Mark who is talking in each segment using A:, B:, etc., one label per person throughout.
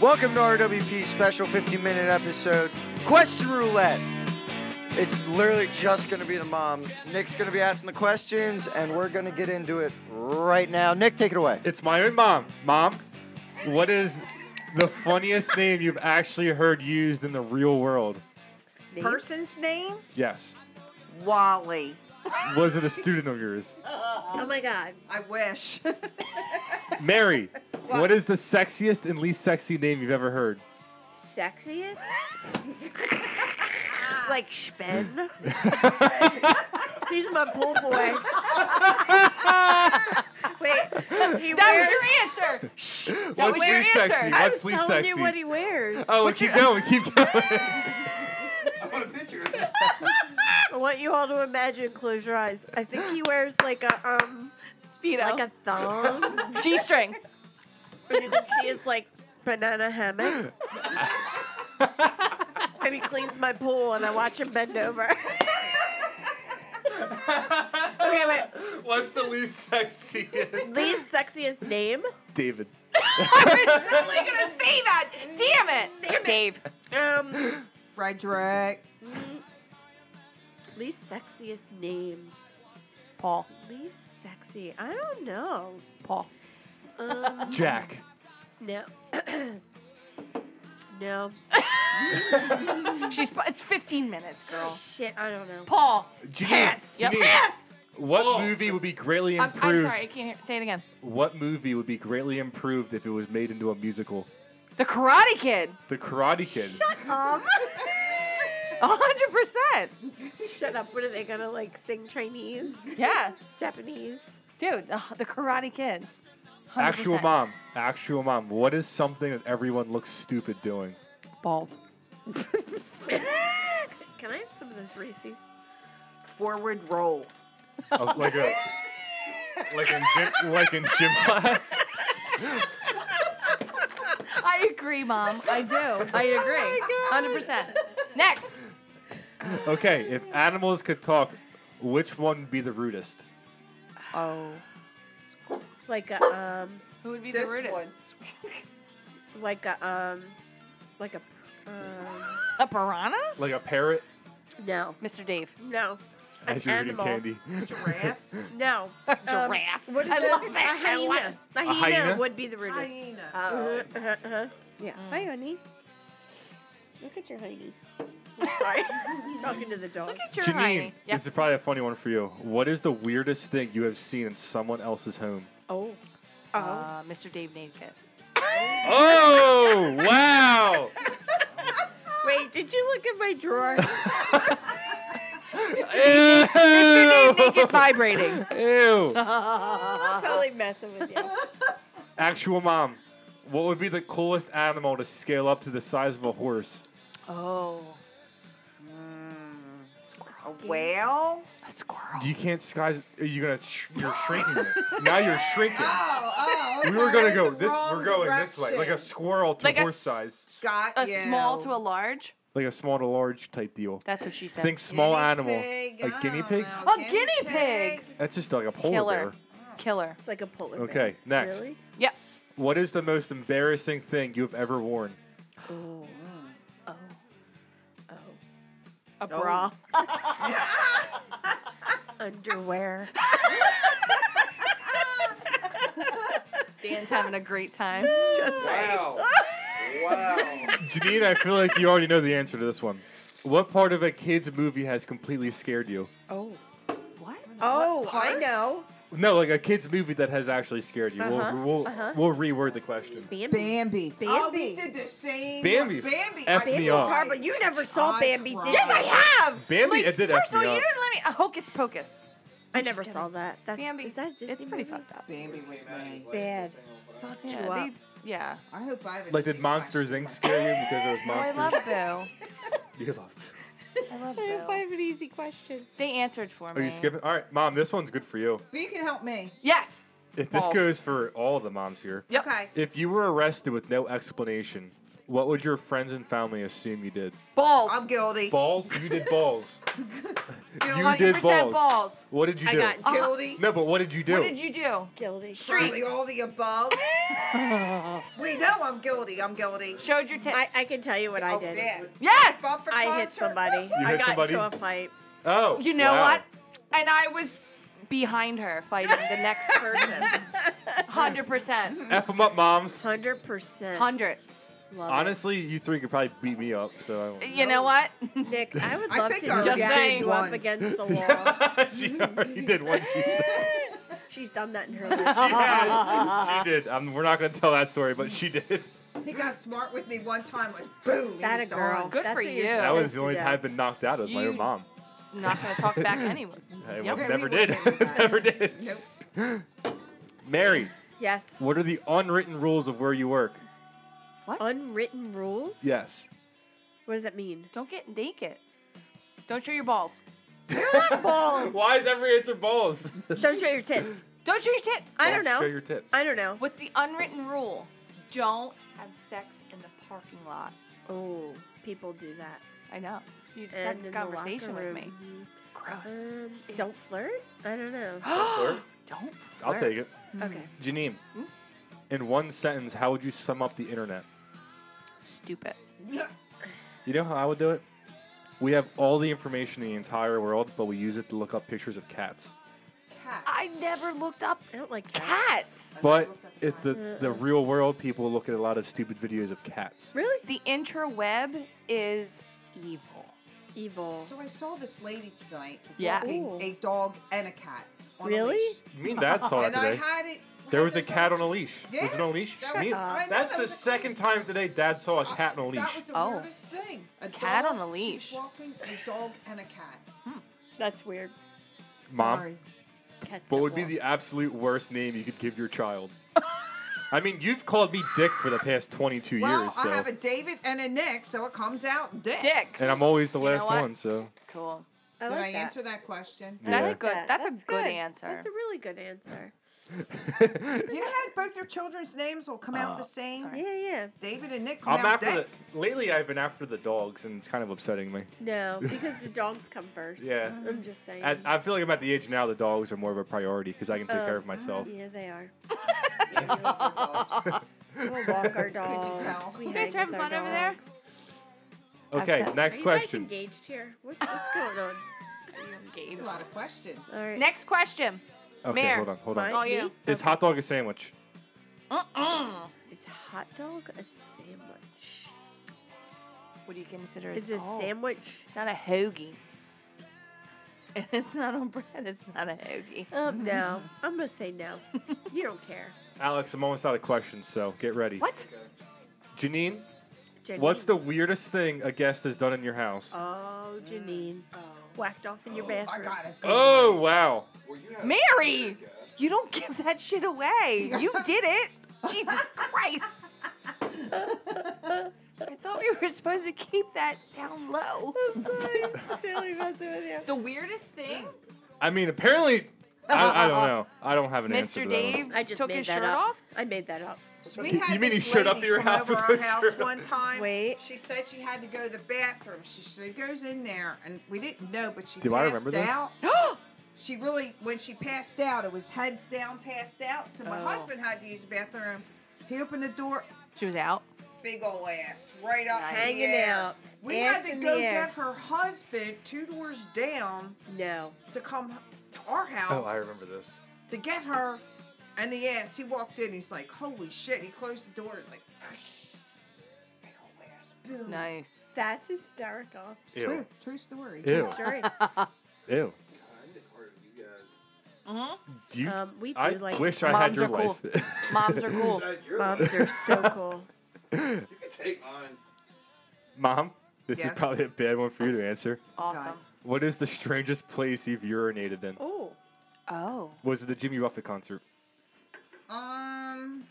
A: Welcome to RWP special 15 minute episode Question Roulette. It's literally just going to be the moms. Nick's going to be asking the questions, and we're going to get into it right now. Nick, take it away.
B: It's my own mom. Mom, what is the funniest name you've actually heard used in the real world?
C: person's name?
B: Yes.
C: Wally.
B: Was it a student of yours?
D: Oh my god.
C: I wish.
B: Mary, what is the sexiest and least sexy name you've ever heard?
D: Sexiest? like Sven? He's my pool boy. Wait, he wears.
E: That was your answer.
B: What's
E: was your
B: least
E: answer.
B: sexy?
D: I
B: What's
D: was
B: least
D: telling
B: sexy?
D: you what he wears.
B: oh, keep going, keep going.
D: I want you all to imagine. Close your eyes. I think he wears like a um, like a
E: Speedo.
D: thong.
E: G string.
D: and you can see his like banana hammock. and he cleans my pool, and I watch him bend over. okay, wait.
B: What's the least sexiest?
D: Least sexiest name?
B: David.
E: I was really gonna say that. Damn it. Dave.
D: Um,
C: Frederick.
D: least sexiest name.
E: Paul.
D: Least sexy. I don't know.
E: Paul.
D: Um,
B: Jack.
D: no. no.
E: She's. It's 15 minutes, girl.
D: Shit, I don't know.
E: Paul.
B: Janine,
E: Pass.
B: Janine.
E: Pass.
B: What movie would be greatly
E: I'm,
B: improved?
E: I'm sorry. I can't hear. Say it again.
B: What movie would be greatly improved if it was made into a musical?
E: The Karate Kid.
B: The Karate Kid.
D: Um,
E: 100%.
D: shut up. What are they gonna like sing Chinese?
E: Yeah.
D: Japanese?
E: Dude, uh, the Karate Kid. 100%.
B: Actual mom. Actual mom. What is something that everyone looks stupid doing?
E: Balls.
D: Can I have some of those Reese's?
C: Forward roll.
B: Oh, like a like in gym, like in gym class.
E: I agree, mom. I do. I Oh agree. 100%. Next.
B: Okay, if animals could talk, which one would be the rudest?
E: Oh.
D: Like a um,
E: Who would be
C: This
E: the rudest?
C: one.
D: like a um, like a pr- um.
E: A piranha?
B: Like a parrot
D: No,
E: Mr. Dave.
D: no. An
B: as you're
D: animal.
B: eating candy.
C: Giraffe.
D: No.
E: Giraffe.
D: Um, What is
E: I
D: this?
E: love it.
D: A
E: I
D: hyena.
E: love it.
D: A hyena,
B: hyena?
D: would be the rudest.
C: Hyena.
D: Uh-huh, uh-huh, uh-huh.
E: Yeah.
D: Hi, honey. Look at your honey. Sorry, talking to the dog.
E: Look at your
B: Janine,
E: Heidi. Yeah.
B: this is probably a funny one for you. What is the weirdest thing you have seen in someone else's home?
D: Oh, oh,
E: Uh, Mr. Dave Naked.
B: Oh wow!
D: wait, did you look at my drawer?
E: Naked vibrating.
B: Ew. Ew.
D: I'm totally messing with you.
B: Actual mom, what would be the coolest animal to scale up to the size of a horse?
E: Oh.
C: Mm. A whale.
E: A squirrel.
B: You can't skies. Are you gonna? Sh- you're shrinking it. Now you're shrinking.
C: Oh, oh.
B: We were gonna go this. We're going this way, like a squirrel to
E: Like a
B: horse
E: s-
B: size,
C: Got
E: A
C: you.
E: small to a large?
B: like a small to large type deal.
E: That's what she said.
B: Think small
C: Guinea
B: animal,
C: pig.
B: a guinea
C: Oh,
B: pig.
C: no,
E: A guinea pig.
B: That's just like a polar
E: Killer.
B: bear.
E: Killer.
D: It's like a polar bear.
B: Okay, next.
D: Really?
E: Yeah.
B: What is the most embarrassing thing you've ever worn?
D: Oh, oh, oh. A
C: Oh.
D: bra. Underwear.
E: Dan's having a great time.
D: Just saying.
B: Janine, I feel like you already know the answer to this one. What part of a kid's movie has completely scared you?
D: Oh.
E: What?
D: Oh, I
E: part?
D: know.
B: No, like a kid's movie that has actually scared you.
D: Uh-huh,
B: We'll, we'll,
D: uh-huh.
B: we'll reword the question.
D: Bambi.
C: Bambi. Oh, we
D: Bambi.
C: did the same.
B: Bambi
C: Bambi.
B: effed me
C: Bambi's
B: up.
D: Hard, but you never saw
C: I
D: Bambi, did
C: cried.
D: you?
E: Yes, I have.
B: Bambi,
E: Like,
B: it did uh,
E: First
B: F
E: of all,
B: me
E: you
B: up.
E: didn't let me. A hocus pocus.
D: I never
E: just
D: saw that. That's
E: Bambi.
D: Is that a Disney
E: it's pretty
D: movie?
E: fucked up.
C: Bambi was made.
D: Bad.
E: Fuck yeah.
D: you up.
E: they- yeah.
C: I hope I haven't.
B: Like, did
C: seen
B: Monsters
C: Question
B: Inc. scare you because it was
E: Oh, I
B: monsters?
E: love Boo.
B: You love.
E: I love
D: I
E: Boo.
D: have an easy question.
E: They answered for
B: Are
E: me.
B: you skipping? All right, mom, this one's good for you.
C: But you can help me.
E: Yes.
B: If this
E: Balls.
B: goes for all the moms here,
E: Yep.
C: Okay.
B: if you were arrested with no explanation, What would your friends and family assume you did?
E: Balls.
C: I'm guilty.
B: Balls? You did balls. you
E: 100%
B: did balls.
E: balls. Uh,
B: What did you
D: I
B: do?
D: got
C: Guilty.
B: No, but what did you do?
E: What did you do?
D: guilty.
E: Street.
C: Probably all the above. we know I'm guilty. I'm guilty.
E: Showed your tits.
D: I, I can tell you what I
C: Oh,
D: did.
C: yeah.
E: yes.
C: Bump for
D: I hit
C: concert.
D: somebody.
B: You
D: I
B: hit
D: got
B: somebody?
D: into a fight.
B: oh.
E: You know
B: wow.
E: what? And I was behind her fighting the next person. 100%.
B: F them up, moms.
D: 100%.
E: 100.
D: Love it.
B: Honestly, you three could probably beat me up, so I won't.
E: You know what?
D: Nick, I would
C: I
D: love
C: think
D: to
C: I
D: just
E: already
D: bang
E: did
D: you up
C: once.
D: against the wall.
B: she already did what she said.
D: She's done that in her
B: She
D: life.
B: did. She did. Um, we're not going to tell that story, but she did.
C: He got smart with me one time. Like, boom. he
D: That a
C: was
D: girl.
C: gone.
E: Good
D: That's
E: for
D: what you're
E: you.
B: That was
D: supposed
B: the only
D: to
B: time I've been knocked out. It was my own
E: You-
B: mom.
E: Not going to talk back to anyone.
B: I
E: Yep.
C: Okay,
B: never
C: we
B: did.
C: wouldn't have
B: never did.
C: Nope.
B: Mary,
D: do. Yes.
B: what are the unwritten rules of where you work?
E: What?
D: Unwritten rules?
B: Yes.
D: What does that mean?
E: Don't get naked. Don't show your balls.
D: Balls.
B: Why is every answer balls?
D: Don't show your tits.
E: Don't show your tits.
D: I don't
B: Show
D: know.
B: your tits.
D: I don't know.
E: What's the unwritten rule? Don't have sex in the parking lot.
D: Oh, people do that.
E: I know. You just
D: And
E: had this
D: in the locker
E: conversation with
D: room.
E: me. Gross.
D: Um, don't flirt? I don't know.
B: Don't flirt.
E: Don't.
B: I'll
E: flirt.
B: take it.
D: Okay.
B: Janine,
E: Hmm?
B: in one sentence, how would you sum up the internet?
E: Stupid.
B: You know how I would do it? We have all the information in the entire world, but we use it to look up pictures of cats.
C: Cats.
E: I never looked up
D: I don't like that.
E: cats.
B: But
C: looked up
B: it, the,
D: cats.
B: the real world, people look at a lot of stupid videos of cats.
D: Really?
E: The interweb is evil.
D: Evil.
C: So I saw this lady tonight
E: Yes.
C: walking a dog and a cat. On
D: Really?
C: A leash.
B: Me and Dad saw it
C: And I
B: Oh, today.
C: had it.
B: There
C: had
B: was a
C: this
B: cat on a leash. Was it
C: Yeah,
B: on a leash?
C: that
B: Me-
C: was- I know,
B: That's
C: that
B: the
C: was a- Uh,
B: second time today Dad saw a cat on a
C: That
B: leash.
C: was the
E: Oh.
C: weirdest thing. A
E: Cat
C: dog,
E: on a
C: she was
E: leash.
C: walking a dog and a cat.
D: That's weird.
B: Mom,
C: Sorry.
D: Cats
B: what
D: that
B: would be
D: walk.
B: the absolute worst name you could give your child? I mean, you've called me Dick for the past 22
C: Well,
B: years,
C: I
B: so.
C: have a David and a Nick, so it comes out Dick.
E: Dick.
B: and I'm always the
E: You know
B: last
E: what?
B: one, so.
E: Cool.
D: I
C: Did
D: like
C: I
D: that.
C: answer that question?
B: Yeah.
E: That's good. That's, a good answer.
D: That's a really good answer.
C: You had both your children's names will come out the same.
E: Oh, sorry.
D: Yeah, yeah.
C: David and Nick come
B: I'm
C: out
B: after
C: Dick.
B: the. Lately, I've been after the dogs, and it's kind of upsetting me.
D: No, because the dogs come first.
B: Yeah.
D: I'm just saying.
B: I, I feel like I'm at the age now the dogs are more of a priority because I can take
D: Oh.
B: care of myself.
D: yeah, they are.
C: Yeah, you love your dogs.
D: We'll walk our dogs.
C: tell?
D: We
E: You
D: hang
E: guys are having
D: with our
E: fun over there?
D: dogs.
B: Okay,
E: Upset.
D: Are
B: next
D: you
B: question.
D: guys engaged here? What, what's going on?
C: That's a lot of questions.
D: All right.
E: Next question. Oh,
B: okay,
E: Mayor.
B: hold on, hold on.
E: Mine? all you.
D: Me?
B: Is hot dog a sandwich?
E: Mm-mm.
D: Is hot dog a sandwich?
E: What do you consider
D: Is a
E: oh,
D: sandwich?
E: It's not a hoagie. And it's not on bread. It's not a hoagie.
D: Um, no. I'm gonna say no. You don't care.
B: Alex, I'm almost out of questions, so get ready.
E: What?
B: Janine,
D: Janine.
B: what's the weirdest thing a guest has done in your house?
D: Oh, Janine. Whacked off in your bathroom.
C: I got it.
B: oh, wow.
E: Mary! You don't give that shit away. You did it. Jesus Christ. I thought we were supposed to keep that down low.
D: totally messing with you.
E: The weirdest thing,
B: I mean, apparently, I, I don't know. I don't have an answer.
E: Mr.
B: to that one.
E: Dave
D: I just
E: took
D: made
E: his
D: that
E: shirt
D: up.
E: off.
D: I made that up.
C: So we
B: You
C: had
B: mean he
C: this
B: showed up
C: lady
B: to your
C: come
B: house
C: over
B: with
C: our
B: her
C: house
B: shirt
C: one
B: on?
C: time.
D: Wait.
C: She said she had to go to the bathroom. She, she goes in there, and we didn't know, but she
B: Do I
C: passed
B: remember this?
C: out. She really, when she passed out, it was heads down, passed out. So my
E: Oh.
C: husband had to use the bathroom. He opened the door,
E: she was out.
C: big old ass, right up
E: Nice.
C: in the
D: Hanging
C: air.
D: out,
C: We
D: ass
C: had to
D: in
C: go
D: the air.
C: get her husband two doors down
D: No.
C: to come to our house.
B: Oh, I remember this.
C: to get her and the ass. He walked in. He's like, holy shit. He closed the door. It's like, big old ass. Boom.
E: Nice.
D: That's hysterical.
B: Ew.
C: True. True story.
B: Ew.
D: True story.
B: Ew.
E: hmm
B: Do you,
D: Um, we do
B: I
D: like
B: wish I had
E: Moms
B: your
E: are cool.
B: life.
E: Moms are cool.
D: moms are so cool.
F: You can take mine.
B: Mom, this
C: Yes.
B: is probably a bad one for you to answer.
E: Awesome.
B: What is the strangest place you've urinated in?
D: Oh,
E: Oh.
B: Was it the Jimmy Buffett concert?
C: Um.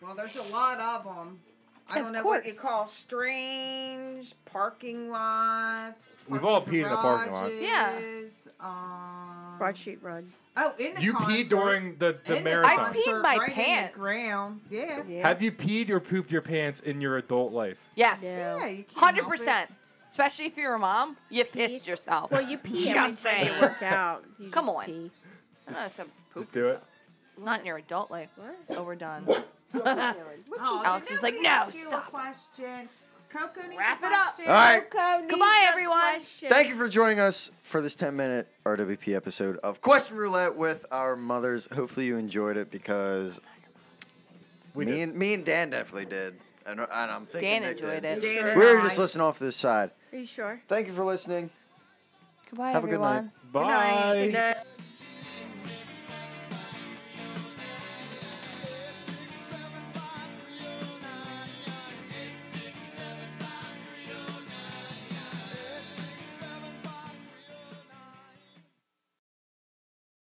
C: Well, there's a lot of them. I
D: Of
C: don't know what you
D: course.
C: call strange parking lots.
B: We've
C: parking
B: all peed in a parking lot.
E: Yeah.
C: garages, Um,
D: broadsheet run.
C: Oh, in the
B: You
C: concert.
B: peed during the,
C: In
B: the
C: the
B: marathon.
E: I peed
C: concert,
E: my
C: right
E: pants.
C: In the ground. Yeah.
D: Yeah.
B: Have you peed or pooped your pants in your adult life?
E: Yes.
D: No.
C: Yeah, you can't help it.
E: Hundred percent. Especially if you're a mom, you pissed yourself.
D: Well, you pee
E: Just
D: every time you
E: saying.
D: work out. You
E: Come
D: just
E: on.
D: Pee.
E: I know some poop.
B: Just do it.
E: Not in your adult life. Overdone.
D: What?
C: Oh,
E: Alex
C: did
E: is like,
C: nobody
E: "No,
C: ask you a
E: stop it."
C: Question. Coco needs
E: Wrap
C: a
E: it up.
C: question.
A: All right.
E: Goodbye, everyone.
A: Thank you for joining us for this 10 minute RWP episode of Question Roulette with our mothers. Hopefully, you enjoyed it because
B: We
A: me,
B: did.
A: and, me and Dan definitely did. And, and I'm thinking
E: Dan
A: they
E: enjoyed
A: did.
E: it.
C: Dan
D: Sure.
C: and
A: We were
C: I-
A: just listening off to this side.
D: Are you sure?
A: Thank you for listening.
E: Goodbye,
A: Have a good
E: everyone.
A: night.
B: Bye.
D: Good night.